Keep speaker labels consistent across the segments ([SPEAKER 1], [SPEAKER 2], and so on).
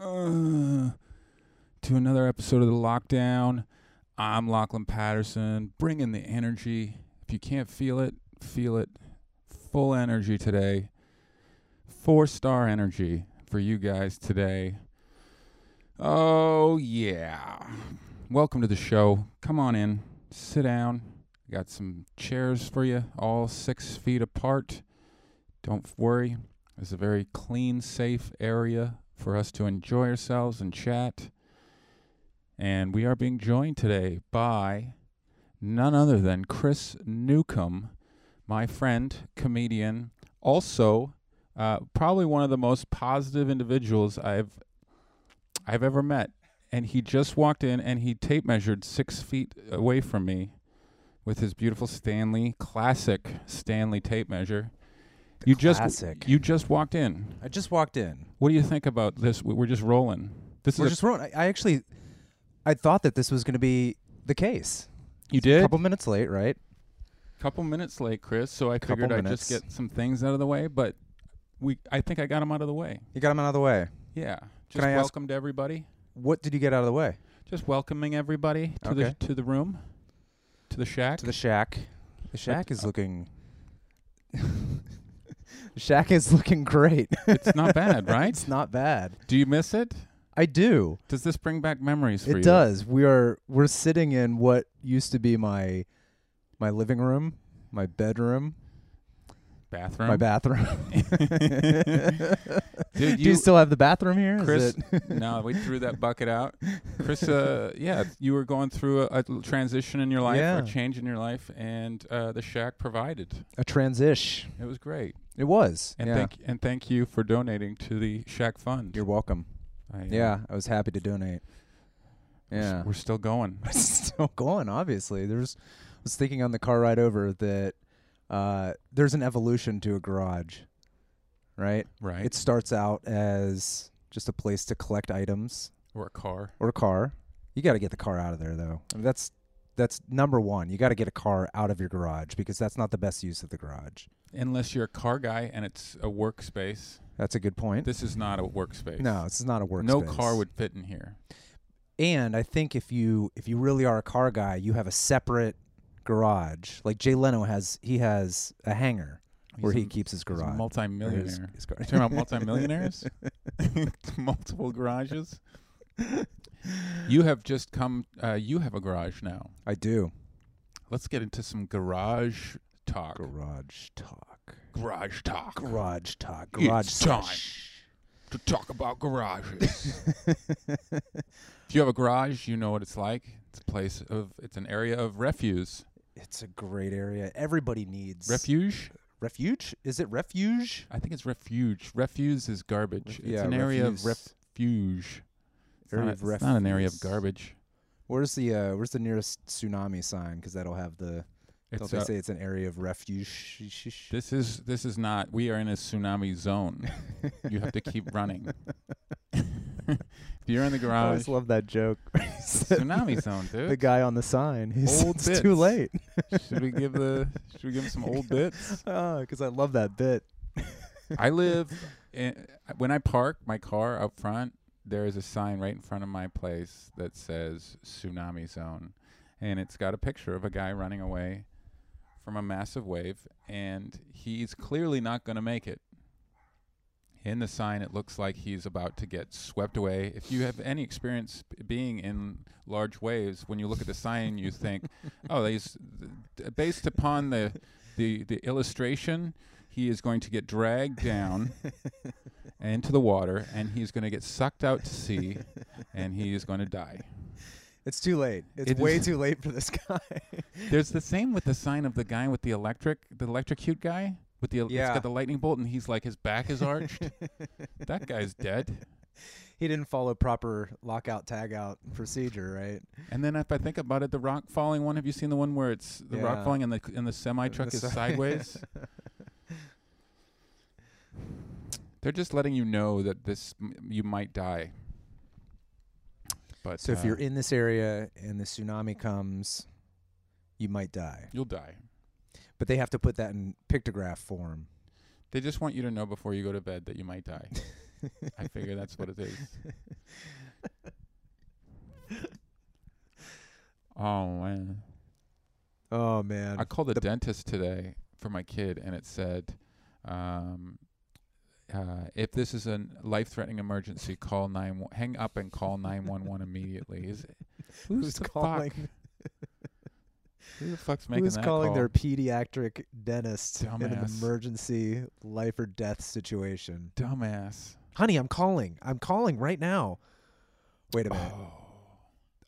[SPEAKER 1] uh, to another episode of The Lockdown. I'm Lachlan Patterson, bringing the energy. If you can't feel it, feel it. Full energy today. Four star energy for you guys today. Oh, yeah. Welcome to the show. Come on in, sit down. Got some chairs for you, all six feet apart. Don't worry, it's a very clean, safe area for us to enjoy ourselves and chat. And we are being joined today by none other than Chris Newcomb, my friend, comedian, also uh, probably one of the most positive individuals I've I've ever met. And he just walked in and he tape measured six feet away from me with his beautiful Stanley classic Stanley tape measure. you
[SPEAKER 2] classic.
[SPEAKER 1] just you just walked in.
[SPEAKER 2] I just walked in.
[SPEAKER 1] What do you think about this? We- We're just rolling. This
[SPEAKER 2] We're
[SPEAKER 1] is a-
[SPEAKER 2] just rolling. I, I actually, I thought that this was going to be the case.
[SPEAKER 1] you did
[SPEAKER 2] A couple minutes late, right?
[SPEAKER 1] couple minutes late, Chris. So I
[SPEAKER 2] Couple
[SPEAKER 1] figured I'd just
[SPEAKER 2] minutes.
[SPEAKER 1] get some things out of the way, but we I think I got them out of the way.
[SPEAKER 2] You got him out of the way.
[SPEAKER 1] Yeah. Just
[SPEAKER 2] I ask-
[SPEAKER 1] welcome to everybody.
[SPEAKER 2] What did you get out of the way?
[SPEAKER 1] Just welcoming everybody to
[SPEAKER 2] Okay.
[SPEAKER 1] the to the room, to the shack. Uh,
[SPEAKER 2] To the shack. The shack is looking. the shack is looking great.
[SPEAKER 1] it's not bad, right?
[SPEAKER 2] it's not bad.
[SPEAKER 1] Do you miss it?
[SPEAKER 2] I do.
[SPEAKER 1] Does this bring back memories for you?
[SPEAKER 2] It does. We are we're sitting in what used to be my my living room, my bedroom,
[SPEAKER 1] Bathroom.
[SPEAKER 2] my bathroom.
[SPEAKER 1] Dude,
[SPEAKER 2] do
[SPEAKER 1] you-
[SPEAKER 2] you still have the bathroom here? Is
[SPEAKER 1] Chris,
[SPEAKER 2] it-
[SPEAKER 1] no, we threw that bucket out. Chris, uh, yeah, you were going through a, a l- transition in your life, or
[SPEAKER 2] Yeah.
[SPEAKER 1] a change in your life, and uh, the shack provided.
[SPEAKER 2] a transish.
[SPEAKER 1] It was great,
[SPEAKER 2] It was.
[SPEAKER 1] and
[SPEAKER 2] yeah.
[SPEAKER 1] thank and thank you for donating to the shack fund.
[SPEAKER 2] You're welcome.
[SPEAKER 1] I, uh,
[SPEAKER 2] Yeah, I was happy to donate.
[SPEAKER 1] we're s-
[SPEAKER 2] Yeah.
[SPEAKER 1] we're still going.
[SPEAKER 2] still going, obviously. There's I was thinking on the car ride over that uh, there's an evolution to a garage. Right?
[SPEAKER 1] Right.
[SPEAKER 2] It starts out as just a place to collect items
[SPEAKER 1] or a car.
[SPEAKER 2] or a car. You got to get the car out of there though. I mean, that's that's number 1. You got to get a car out of your garage because that's not the best use of the garage.
[SPEAKER 1] Unless you're a car guy and it's a workspace.
[SPEAKER 2] That's a good point.
[SPEAKER 1] This is not a workspace.
[SPEAKER 2] no, this is not a workspace.
[SPEAKER 1] No car would fit in here.
[SPEAKER 2] And I think if you if you really are a car guy, you have a separate garage. Like Jay Leno has, he has a hangar where
[SPEAKER 1] He's
[SPEAKER 2] he
[SPEAKER 1] a-
[SPEAKER 2] keeps his
[SPEAKER 1] he's a
[SPEAKER 2] garage. or
[SPEAKER 1] multimillionaire.
[SPEAKER 2] his- his car.
[SPEAKER 1] You talking about multimillionaires? Multiple garages. You have just come. Uh, you have a garage now.
[SPEAKER 2] I do.
[SPEAKER 1] Let's get into some garage talk.
[SPEAKER 2] Garage talk.
[SPEAKER 1] garage talk.
[SPEAKER 2] Garage talk.
[SPEAKER 1] It's
[SPEAKER 2] Garage
[SPEAKER 1] time.
[SPEAKER 2] sesh.
[SPEAKER 1] to talk about garages. if you have a garage, you know what it's like. It's a place of. It's an area of refuse.
[SPEAKER 2] It's a great area. Everybody needs
[SPEAKER 1] Refuge.
[SPEAKER 2] Refuge? Is it refuge?
[SPEAKER 1] I think it's refuge. Refuse is garbage.
[SPEAKER 2] Ref-
[SPEAKER 1] it's
[SPEAKER 2] yeah,
[SPEAKER 1] an area of
[SPEAKER 2] refuse.
[SPEAKER 1] refuge. It's,
[SPEAKER 2] Area
[SPEAKER 1] not,
[SPEAKER 2] of
[SPEAKER 1] a- it's not an area of
[SPEAKER 2] refuse.
[SPEAKER 1] garbage.
[SPEAKER 2] Where's the uh, Where's the nearest tsunami sign? Because that'll have the.
[SPEAKER 1] It's
[SPEAKER 2] don't they
[SPEAKER 1] a-
[SPEAKER 2] say it's an area of refuge?
[SPEAKER 1] This is this is not. We are in a tsunami zone. you have to keep running. if you're in the
[SPEAKER 2] I
[SPEAKER 1] garage,
[SPEAKER 2] always love that joke.
[SPEAKER 1] tsunami zone,
[SPEAKER 2] the
[SPEAKER 1] dude.
[SPEAKER 2] guy on the sign. He
[SPEAKER 1] Old
[SPEAKER 2] said, it's too
[SPEAKER 1] bits.
[SPEAKER 2] late.
[SPEAKER 1] Should we give the? Should we give him some old bits?
[SPEAKER 2] Because Oh, I love that bit.
[SPEAKER 1] I live. In, when I park my car up front, there is a sign right in front of my place that says tsunami zone, and it's got a picture of a guy running away from a massive wave, and he's clearly not going to make it. in the sign it looks like he's about to get swept away if you have any experience b- being in large waves when you look at the sign you think oh these th- based upon the the the illustration he is going to get dragged down into the water and he's going to get sucked out to sea and he is going to die
[SPEAKER 2] It's too late. It's
[SPEAKER 1] It
[SPEAKER 2] way
[SPEAKER 1] is-
[SPEAKER 2] too late for this guy.
[SPEAKER 1] there's the same with the sign of the guy with the electric the electrocute guy with the el- it's
[SPEAKER 2] Yeah.
[SPEAKER 1] got the lightning bolt and he's like his back is arched that guy's dead
[SPEAKER 2] he didn't follow proper lockout tagout procedure, right?
[SPEAKER 1] And then if I think about it, the rock falling one. Have you seen the one where it's the rock
[SPEAKER 2] Yeah.
[SPEAKER 1] falling and the and the semi truck
[SPEAKER 2] The
[SPEAKER 1] is
[SPEAKER 2] si-
[SPEAKER 1] sideways? They're just letting you know that this m- you might die. But
[SPEAKER 2] So if you're
[SPEAKER 1] uh,
[SPEAKER 2] in this area and the tsunami comes, you might die.
[SPEAKER 1] you'll die.
[SPEAKER 2] But they have to put that in pictograph form.
[SPEAKER 1] They just want you to know before you go to bed that you might die. I figure that's what it is. Oh man.
[SPEAKER 2] Oh man.
[SPEAKER 1] I called the, dentist today for my kid, and it said, um, uh, "If this is a life-threatening emergency, call nine. one- Hang up and call nine one one immediately." Is it, who's,
[SPEAKER 2] Who's
[SPEAKER 1] the
[SPEAKER 2] calling-
[SPEAKER 1] Fuck? Who the fuck's making
[SPEAKER 2] Who's
[SPEAKER 1] that
[SPEAKER 2] calling
[SPEAKER 1] call?
[SPEAKER 2] their pediatric dentist in an
[SPEAKER 1] Dumbass.
[SPEAKER 2] emergency life or death situation?
[SPEAKER 1] dumbass?
[SPEAKER 2] Honey, I'm calling. I'm calling right now. Wait a minute.
[SPEAKER 1] Oh,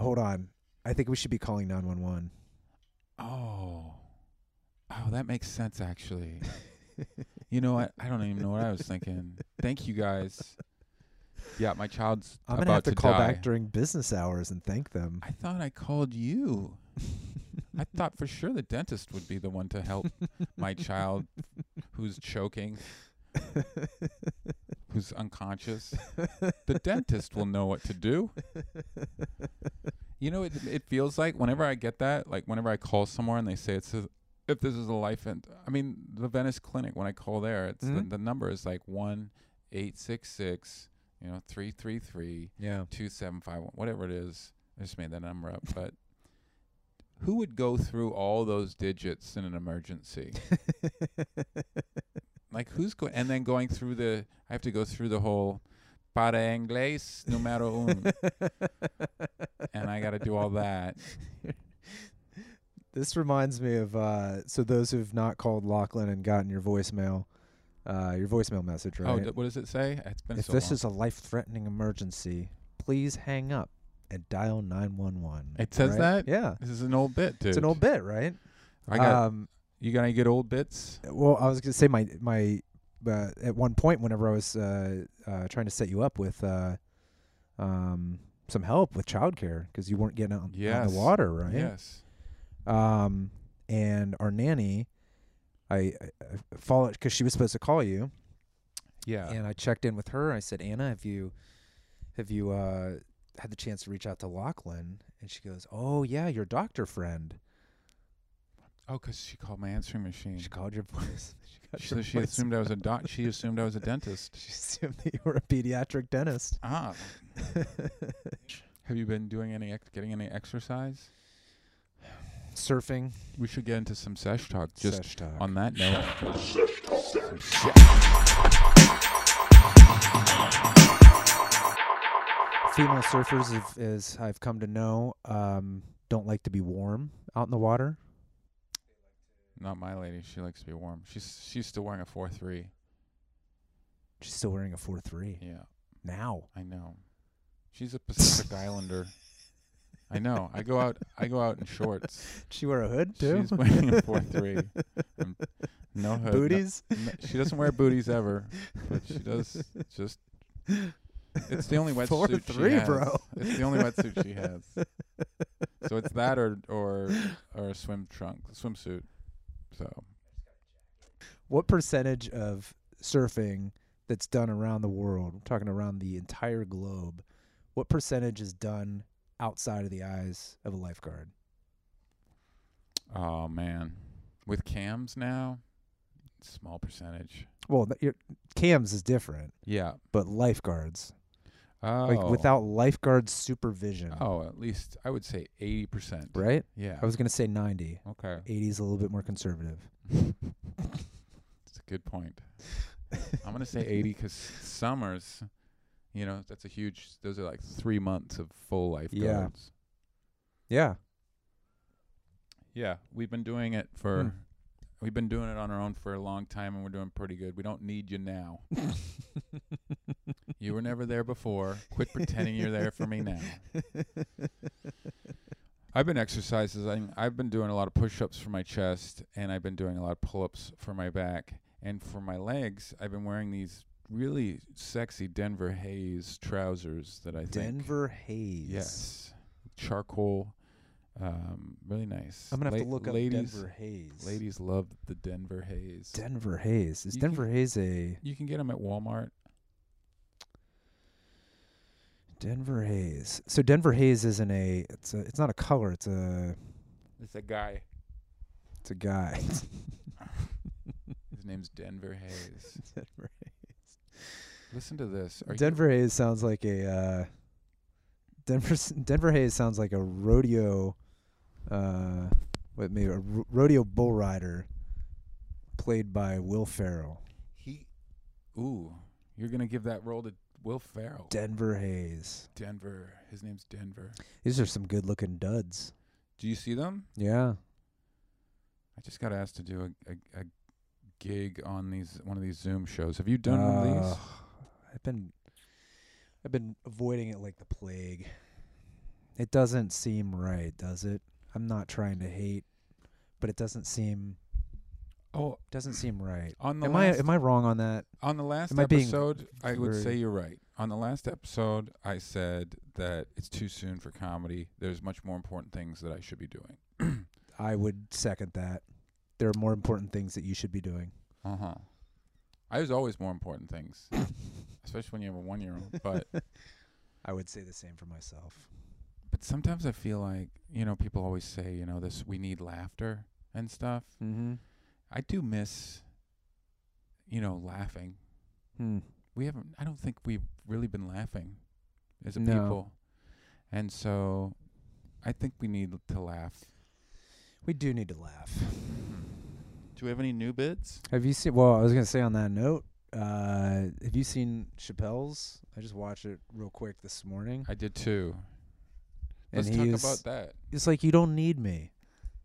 [SPEAKER 2] Hold on. I think we should be calling 911.
[SPEAKER 1] oh, oh, that makes sense actually. you know what? I don't even know what I was thinking. Thank you guys. Yeah, my child's
[SPEAKER 2] I'm
[SPEAKER 1] about
[SPEAKER 2] gonna have to, call
[SPEAKER 1] die.
[SPEAKER 2] back during business hours and thank them.
[SPEAKER 1] I thought I called you. I thought for sure the dentist would be the one to help my child who's choking, who's unconscious. The dentist will know what to do. You know, it, it feels like whenever I get that, like whenever I call somewhere and they say it's a, if this is a life and I mean the Venice Clinic when I call there, it's
[SPEAKER 2] Mhm.
[SPEAKER 1] the, the number is like one eight six six, you know, three three three
[SPEAKER 2] Yeah.
[SPEAKER 1] two seven five one, whatever it is. I just made that number up, but who would go through all those digits in an emergency? like who's going and then going through the I have to go through the whole para inglés numero un and I got to do all that.
[SPEAKER 2] This reminds me of uh, so those who've not called Lachlan and gotten your voicemail, uh, your voicemail message, right?
[SPEAKER 1] Oh, d- what does it say? It's been
[SPEAKER 2] if
[SPEAKER 1] so
[SPEAKER 2] this
[SPEAKER 1] long.
[SPEAKER 2] is a life-threatening emergency, please hang up and dial 911.
[SPEAKER 1] It says
[SPEAKER 2] right?
[SPEAKER 1] that?
[SPEAKER 2] Yeah.
[SPEAKER 1] this is an old bit, dude.
[SPEAKER 2] It's an old bit, right?
[SPEAKER 1] I got
[SPEAKER 2] um,
[SPEAKER 1] you got any good old bits?
[SPEAKER 2] Well, I was gonna say my my uh, at one point whenever I was uh, uh, trying to set you up with uh, um, some help with childcare because you weren't getting out on
[SPEAKER 1] Yes.
[SPEAKER 2] the water, right?
[SPEAKER 1] Yes.
[SPEAKER 2] Um, and our nanny, I, I, I followed because she was supposed to call you,
[SPEAKER 1] Yeah.
[SPEAKER 2] and I checked in with her. I said, Anna, have you have you uh, had the chance to reach out to Lachlan? And she goes, Oh yeah, your doctor friend.
[SPEAKER 1] Oh, 'cause she called my answering machine.
[SPEAKER 2] She called your voice. She got
[SPEAKER 1] Mm. so
[SPEAKER 2] your
[SPEAKER 1] she
[SPEAKER 2] voice-
[SPEAKER 1] assumed I was a doc. She assumed I was a dentist.
[SPEAKER 2] She assumed that you were a pediatric dentist.
[SPEAKER 1] Ah. Have you been doing any ex- getting any exercise?
[SPEAKER 2] Surfing.
[SPEAKER 1] We should get into some sesh talk. Just
[SPEAKER 2] Sesh talk.
[SPEAKER 1] on that note.
[SPEAKER 2] Female surfers, have, as I've come to know, um, don't like to be warm out in the water.
[SPEAKER 1] Not my lady. She likes to be warm. She's she's still wearing a four three.
[SPEAKER 2] She's still wearing a four three
[SPEAKER 1] Yeah,
[SPEAKER 2] now.
[SPEAKER 1] I know. She's a Pacific Islander. I know. I go out. I go out in shorts.
[SPEAKER 2] She wear a hood too.
[SPEAKER 1] She's wearing a four three. No hood. no-
[SPEAKER 2] Booties.
[SPEAKER 1] no- she doesn't wear booties ever, but she does just. It's the only wetsuit
[SPEAKER 2] Four
[SPEAKER 1] she
[SPEAKER 2] three,
[SPEAKER 1] has.
[SPEAKER 2] bro.
[SPEAKER 1] It's the only wetsuit she has. So it's that or or or a swim trunk swimsuit. So
[SPEAKER 2] What percentage of surfing that's done around the world? We're talking around the entire globe. What percentage is done outside of the eyes of a lifeguard?
[SPEAKER 1] oh man, with cams now, small percentage.
[SPEAKER 2] Well, th- your cams is different,
[SPEAKER 1] Yeah.
[SPEAKER 2] but lifeguards,
[SPEAKER 1] Oh.
[SPEAKER 2] like without lifeguard supervision,
[SPEAKER 1] Oh, at least I would say eighty percent.
[SPEAKER 2] right?
[SPEAKER 1] Yeah.
[SPEAKER 2] I was gonna say ninety.
[SPEAKER 1] okay.
[SPEAKER 2] 80 is a little bit more conservative.
[SPEAKER 1] It's a good point. I'm gonna say eighty because summers, you know, that's a huge. Those are like three months of full lifeguards.
[SPEAKER 2] Yeah.
[SPEAKER 1] Yeah. Yeah. We've been doing it for.
[SPEAKER 2] Hmm.
[SPEAKER 1] We've been doing it on our own for a long time, and we're doing pretty good. We don't need you now. you were never there before. Quit pretending you're there for me now. I've been exercises. I, I've been doing a lot of push-ups for my chest, and I've been doing a lot of pull-ups for my back, and for my legs, I've been wearing these really sexy Denver Hayes trousers that I think
[SPEAKER 2] Denver Hayes.
[SPEAKER 1] yes, charcoal, um, really nice.
[SPEAKER 2] I'm going to have to
[SPEAKER 1] La-
[SPEAKER 2] look up
[SPEAKER 1] ladies,
[SPEAKER 2] Denver Hayes.
[SPEAKER 1] Ladies love the Denver Hayes.
[SPEAKER 2] Denver Hayes. Is
[SPEAKER 1] You
[SPEAKER 2] Denver Hayes a.
[SPEAKER 1] you can get them at Walmart.
[SPEAKER 2] Denver Hayes. So Denver Hayes isn't a. It's a, It's not a color. It's a.
[SPEAKER 1] It's a guy.
[SPEAKER 2] It's a guy.
[SPEAKER 1] His name's Denver Hayes.
[SPEAKER 2] Denver Hayes.
[SPEAKER 1] Listen to this. Are you-
[SPEAKER 2] Denver Hayes sounds like a. Uh, Denver s- Denver Hayes sounds like a rodeo uh, what maybe a ro- rodeo bull rider played by Will Ferrell,
[SPEAKER 1] He, ooh, you're gonna give that role to Will Ferrell.
[SPEAKER 2] Denver Hayes.
[SPEAKER 1] Denver. His name's Denver.
[SPEAKER 2] These are some good looking duds.
[SPEAKER 1] Do you see them?
[SPEAKER 2] Yeah.
[SPEAKER 1] I just got asked to do a, a, a gig on these one of these Zoom shows. Have you done one of these?
[SPEAKER 2] Ugh, I've been I've been avoiding it like the plague. It doesn't seem right, does it? I'm not trying to hate, but it doesn't seem
[SPEAKER 1] Oh,
[SPEAKER 2] doesn't seem right.
[SPEAKER 1] on the
[SPEAKER 2] Am I
[SPEAKER 1] last,
[SPEAKER 2] am I wrong on that?
[SPEAKER 1] on the last
[SPEAKER 2] am I being
[SPEAKER 1] episode, I would
[SPEAKER 2] very-
[SPEAKER 1] say you're right. On the last episode, I said that it's too soon for comedy. There's much more important things that I should be doing.
[SPEAKER 2] I would second that. There are more important things that you should be doing.
[SPEAKER 1] Uh
[SPEAKER 2] Uh-huh.
[SPEAKER 1] huh. I There's always more important things, especially when you have a one year old. But
[SPEAKER 2] I would say the same for myself.
[SPEAKER 1] but sometimes I feel like you know people always say you know this we need laughter and stuff.
[SPEAKER 2] Mm-hmm.
[SPEAKER 1] I do miss you know laughing.
[SPEAKER 2] Hmm.
[SPEAKER 1] we haven't I don't think we've really been laughing as a
[SPEAKER 2] No.
[SPEAKER 1] people. And so I think we need to laugh.
[SPEAKER 2] We do need to laugh.
[SPEAKER 1] Do we have any new bits?
[SPEAKER 2] Have you seen? Well, I was gonna say on that note, uh, have you seen Chappelle's? I just watched it real quick this morning,
[SPEAKER 1] I did too.
[SPEAKER 2] and
[SPEAKER 1] Let's talk
[SPEAKER 2] he's
[SPEAKER 1] about that.
[SPEAKER 2] it's like you don't need me.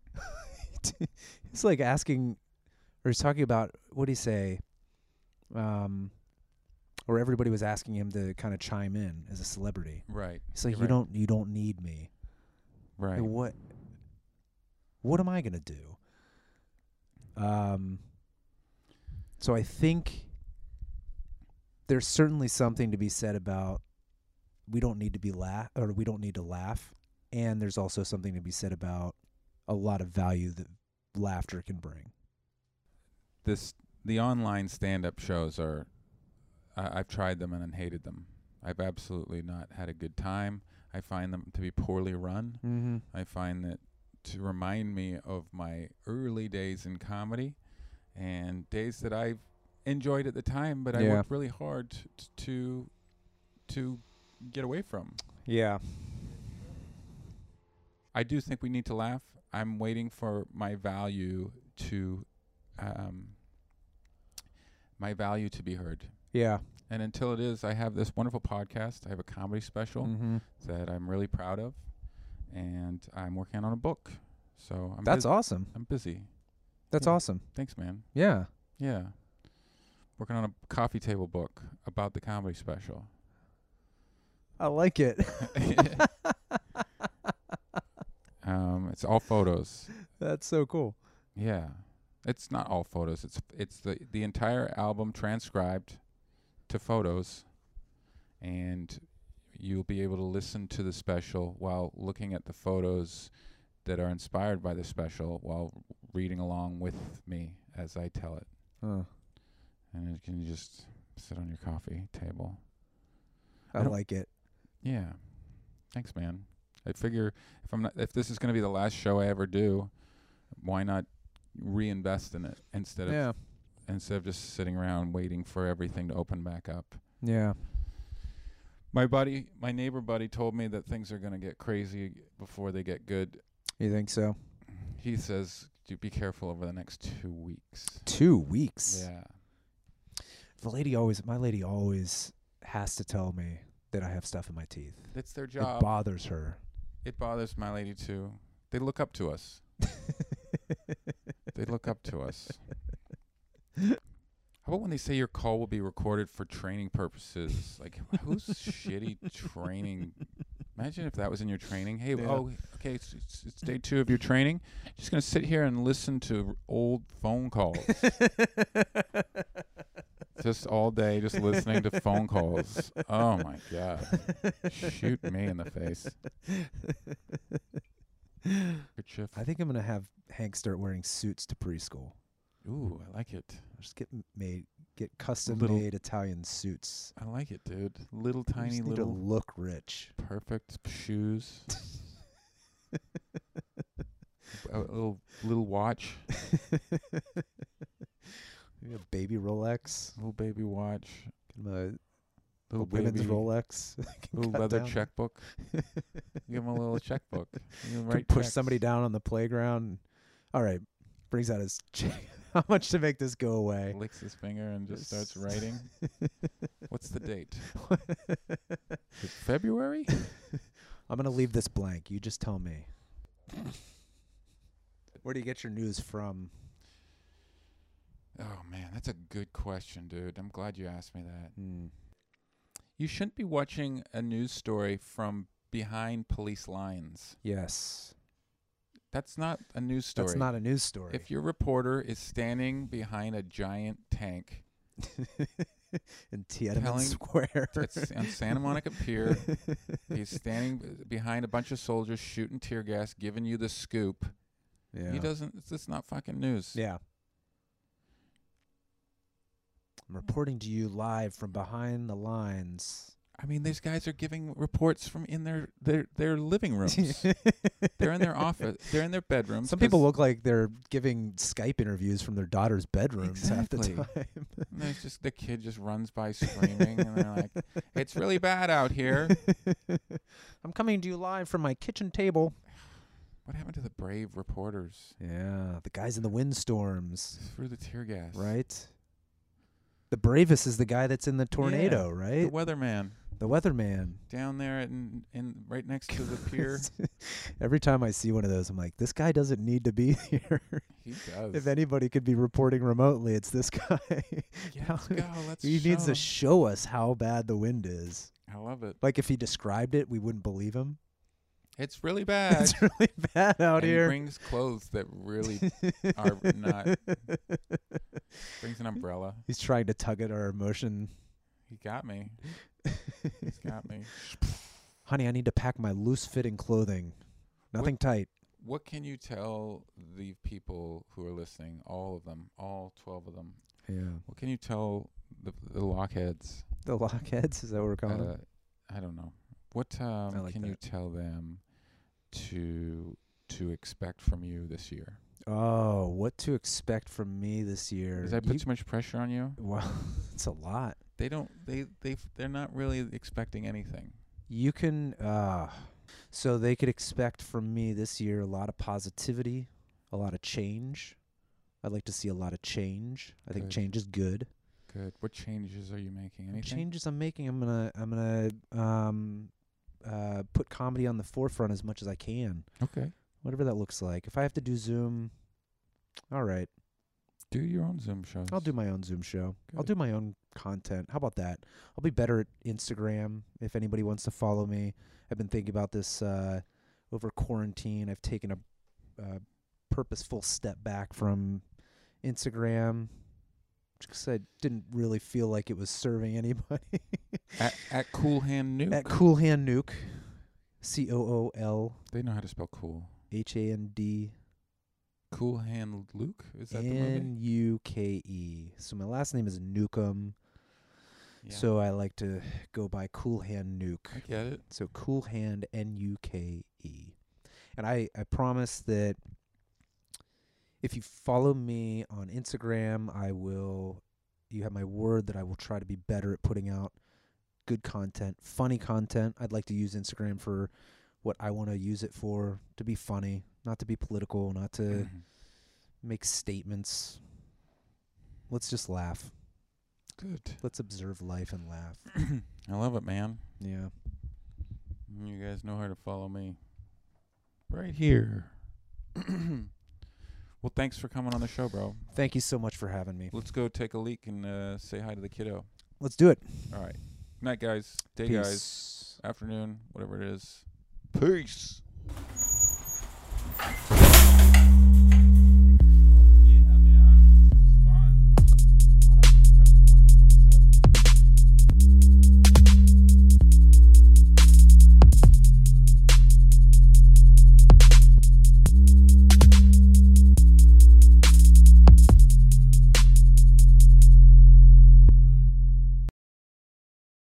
[SPEAKER 2] it's like asking, or he's talking about what do you say? Um, or everybody was asking him to kind of chime in as a celebrity.
[SPEAKER 1] Right.
[SPEAKER 2] It's like
[SPEAKER 1] You're
[SPEAKER 2] you
[SPEAKER 1] right.
[SPEAKER 2] don't you don't need me.
[SPEAKER 1] Right.
[SPEAKER 2] Like, What what am I gonna do? Um so I think there's certainly something to be said about we don't need to be laugh or we don't need to laugh. And there's also something to be said about a lot of value that laughter can bring.
[SPEAKER 1] This the online stand up shows are I I've tried them and hated them. I've absolutely not had a good time. I find them to be poorly run.
[SPEAKER 2] Mm-hmm.
[SPEAKER 1] I find that to remind me of my early days in comedy and days that I enjoyed at the time, but I
[SPEAKER 2] Yeah.
[SPEAKER 1] worked really hard t- t- to to get away from.
[SPEAKER 2] Yeah.
[SPEAKER 1] I do think we need to laugh. I'm waiting for my value to um, my value to be heard.
[SPEAKER 2] Yeah.
[SPEAKER 1] And until it is, I have this wonderful podcast. I have a comedy special
[SPEAKER 2] Mm-hmm.
[SPEAKER 1] that I'm really proud of, and I'm working on a book. So I'm
[SPEAKER 2] That's
[SPEAKER 1] bus-
[SPEAKER 2] awesome.
[SPEAKER 1] I'm busy.
[SPEAKER 2] That's
[SPEAKER 1] Yeah.
[SPEAKER 2] awesome.
[SPEAKER 1] Thanks, man.
[SPEAKER 2] Yeah.
[SPEAKER 1] Yeah. Working on a coffee table book about the comedy special.
[SPEAKER 2] I like it.
[SPEAKER 1] um, it's all photos.
[SPEAKER 2] That's so cool.
[SPEAKER 1] Yeah. It's not all photos. It's it's the the entire album transcribed to photos and you'll be able to listen to the special while looking at the photos that are inspired by the special while reading along with me as I tell it.
[SPEAKER 2] Huh.
[SPEAKER 1] And you can just sit on your coffee table. I
[SPEAKER 2] I
[SPEAKER 1] don't-
[SPEAKER 2] like it.
[SPEAKER 1] Yeah. Thanks, man. I figure if I'm not if this is going to be the last show I ever do, why not reinvest in it instead of
[SPEAKER 2] Yeah.
[SPEAKER 1] instead of just sitting around waiting for everything to open back up.
[SPEAKER 2] Yeah.
[SPEAKER 1] My buddy, my neighbor buddy told me that things are going to get crazy before they get good.
[SPEAKER 2] You think so?
[SPEAKER 1] He says "Do be careful over the next 2 weeks.
[SPEAKER 2] Two weeks.
[SPEAKER 1] Yeah.
[SPEAKER 2] The lady always, my lady always has to tell me that I have stuff in my teeth.
[SPEAKER 1] That's their
[SPEAKER 2] It
[SPEAKER 1] job.
[SPEAKER 2] bothers her.
[SPEAKER 1] It bothers my lady too. They look up to us. They look up to us. How about when they say your call will be recorded for training purposes? Like, who's shitty training? Imagine if that was in your training. Hey,
[SPEAKER 2] Yeah.
[SPEAKER 1] oh, okay, it's, it's, it's day two of your training. Just gonna sit here and listen to r- old phone calls, just all day, just listening to phone calls. Oh my god, shoot me in the face. Kerchief.
[SPEAKER 2] I think I'm gonna have Hank start wearing suits to preschool.
[SPEAKER 1] Ooh, I like it.
[SPEAKER 2] Just get m- made, get custom
[SPEAKER 1] Little-
[SPEAKER 2] made Italian suits.
[SPEAKER 1] I like it, dude. Little
[SPEAKER 2] You
[SPEAKER 1] tiny
[SPEAKER 2] just need
[SPEAKER 1] little
[SPEAKER 2] to look rich.
[SPEAKER 1] perfect shoes. a little little watch,
[SPEAKER 2] Maybe a baby Rolex.
[SPEAKER 1] little baby watch.
[SPEAKER 2] Get him a
[SPEAKER 1] Little
[SPEAKER 2] women's
[SPEAKER 1] baby,
[SPEAKER 2] Rolex.
[SPEAKER 1] Little
[SPEAKER 2] cut
[SPEAKER 1] leather
[SPEAKER 2] down.
[SPEAKER 1] checkbook. Give him a little checkbook. You can
[SPEAKER 2] Could
[SPEAKER 1] write
[SPEAKER 2] push
[SPEAKER 1] checks.
[SPEAKER 2] somebody down on the playground. All right, brings out his check. How much to make this go away?
[SPEAKER 1] Licks his finger and just starts writing. What's the date? Is it February?
[SPEAKER 2] I'm gonna leave this blank. You just tell me. Where do you get your news from?
[SPEAKER 1] Oh man, that's a good question, dude. I'm glad you asked me that.
[SPEAKER 2] Hmm.
[SPEAKER 1] You shouldn't be watching a news story from behind police lines.
[SPEAKER 2] Yes,
[SPEAKER 1] That's not a news story.
[SPEAKER 2] that's not a news story.
[SPEAKER 1] If your reporter is standing behind a giant tank
[SPEAKER 2] in Tiananmen
[SPEAKER 1] telling-
[SPEAKER 2] Square.
[SPEAKER 1] that's on Santa Monica Pier, he's standing b- behind a bunch of soldiers shooting tear gas, giving you the scoop.
[SPEAKER 2] yeah.
[SPEAKER 1] He doesn't. It's, it's not fucking news.
[SPEAKER 2] Yeah. I'm reporting to you live from behind the lines.
[SPEAKER 1] I mean, these guys are giving reports from in their their their living rooms. they're in their office. They're in their bedrooms.
[SPEAKER 2] Some people
[SPEAKER 1] 'cause-
[SPEAKER 2] look like they're giving Skype interviews from their daughter's bedrooms half the
[SPEAKER 1] Exactly.
[SPEAKER 2] time.
[SPEAKER 1] and There's just the kid just runs by screaming, and they're like, "It's really bad out here."
[SPEAKER 2] I'm coming to you live from my kitchen table.
[SPEAKER 1] What happened to the brave reporters?
[SPEAKER 2] Yeah, the guys in the windstorms,
[SPEAKER 1] Through the tear gas,
[SPEAKER 2] right? The bravest is the guy that's in the tornado,
[SPEAKER 1] The
[SPEAKER 2] right?
[SPEAKER 1] weatherman
[SPEAKER 2] The weatherman.
[SPEAKER 1] down there in in right next to the pier.
[SPEAKER 2] Every time I see one of those, I'm like, this guy doesn't need to be here.
[SPEAKER 1] He does.
[SPEAKER 2] if anybody could be reporting remotely, it's this guy.
[SPEAKER 1] yeah, let's go. Let's
[SPEAKER 2] he needs
[SPEAKER 1] show
[SPEAKER 2] to show us how bad the wind is.
[SPEAKER 1] 'em. I love it.
[SPEAKER 2] Like if he described it, we wouldn't believe him.
[SPEAKER 1] It's really bad.
[SPEAKER 2] It's really bad out
[SPEAKER 1] Uh, and he
[SPEAKER 2] here.
[SPEAKER 1] brings clothes that really are not. Brings an umbrella.
[SPEAKER 2] He's trying to tug at our emotion.
[SPEAKER 1] He got me. He's got me.
[SPEAKER 2] Honey, I need to pack my loose fitting clothing. Nothing tight.
[SPEAKER 1] What can you tell the people who are listening? All of them, all twelve of them.
[SPEAKER 2] Yeah.
[SPEAKER 1] What can you tell the the lockheads?
[SPEAKER 2] The lockheads, is that what we're calling them?
[SPEAKER 1] Uh, I don't know. What um,
[SPEAKER 2] like
[SPEAKER 1] can you tell them to to expect from you this year?
[SPEAKER 2] Oh, what to expect from me this year.
[SPEAKER 1] Does I put
[SPEAKER 2] You-
[SPEAKER 1] too much pressure on you?
[SPEAKER 2] well, it's a lot.
[SPEAKER 1] They don't. They they f- they're not really expecting anything.
[SPEAKER 2] You can, uh, so they could expect from me this year a lot of positivity, a lot of change. I'd like to see a lot of change. I think
[SPEAKER 1] Good.
[SPEAKER 2] change is good.
[SPEAKER 1] Good. What changes are you making? Anything?
[SPEAKER 2] Changes I'm making, I'm gonna, I'm gonna, um, uh, put comedy on the forefront as much as I can,
[SPEAKER 1] Okay.
[SPEAKER 2] whatever that looks like. If I have to do Zoom, all right,
[SPEAKER 1] Do your own Zoom shows.
[SPEAKER 2] I'll do my own Zoom show. I'll
[SPEAKER 1] Good.
[SPEAKER 2] do my own content. How about that? I'll be better at Instagram if anybody wants to follow me. I've been thinking about this uh, over quarantine. I've taken a uh, purposeful step back from Instagram because I didn't really feel like it was serving anybody.
[SPEAKER 1] at, at Cool Hand Nuke.
[SPEAKER 2] at Cool Hand Nuke, C O O L
[SPEAKER 1] they know how to spell cool.
[SPEAKER 2] H A N D
[SPEAKER 1] Cool Hand Luke. Is that the movie?
[SPEAKER 2] N U K E. So my last name is Nukem.
[SPEAKER 1] Yeah.
[SPEAKER 2] So I like to go by Cool Hand Nuke.
[SPEAKER 1] I get it.
[SPEAKER 2] So Cool Hand N U K E. And I, I promise that if you follow me on Instagram, I will you have my word that I will try to be better at putting out good content, funny content. I'd like to use Instagram for what I want to use it for, to be funny, not to be political, not
[SPEAKER 1] Mm.
[SPEAKER 2] to
[SPEAKER 1] Mm-hmm.
[SPEAKER 2] make statements. Let's just laugh.
[SPEAKER 1] Good.
[SPEAKER 2] Let's observe life and laugh.
[SPEAKER 1] I love it, man.
[SPEAKER 2] Yeah.
[SPEAKER 1] You guys know how to follow me. Right here. well, thanks for coming on the show, bro.
[SPEAKER 2] Thank you so much for having me.
[SPEAKER 1] Let's go take a leak and uh, say hi to the kiddo.
[SPEAKER 2] Let's do it.
[SPEAKER 1] All right. Night, guys. Day, guys.
[SPEAKER 2] Peace.
[SPEAKER 1] Afternoon, whatever it is. Peace.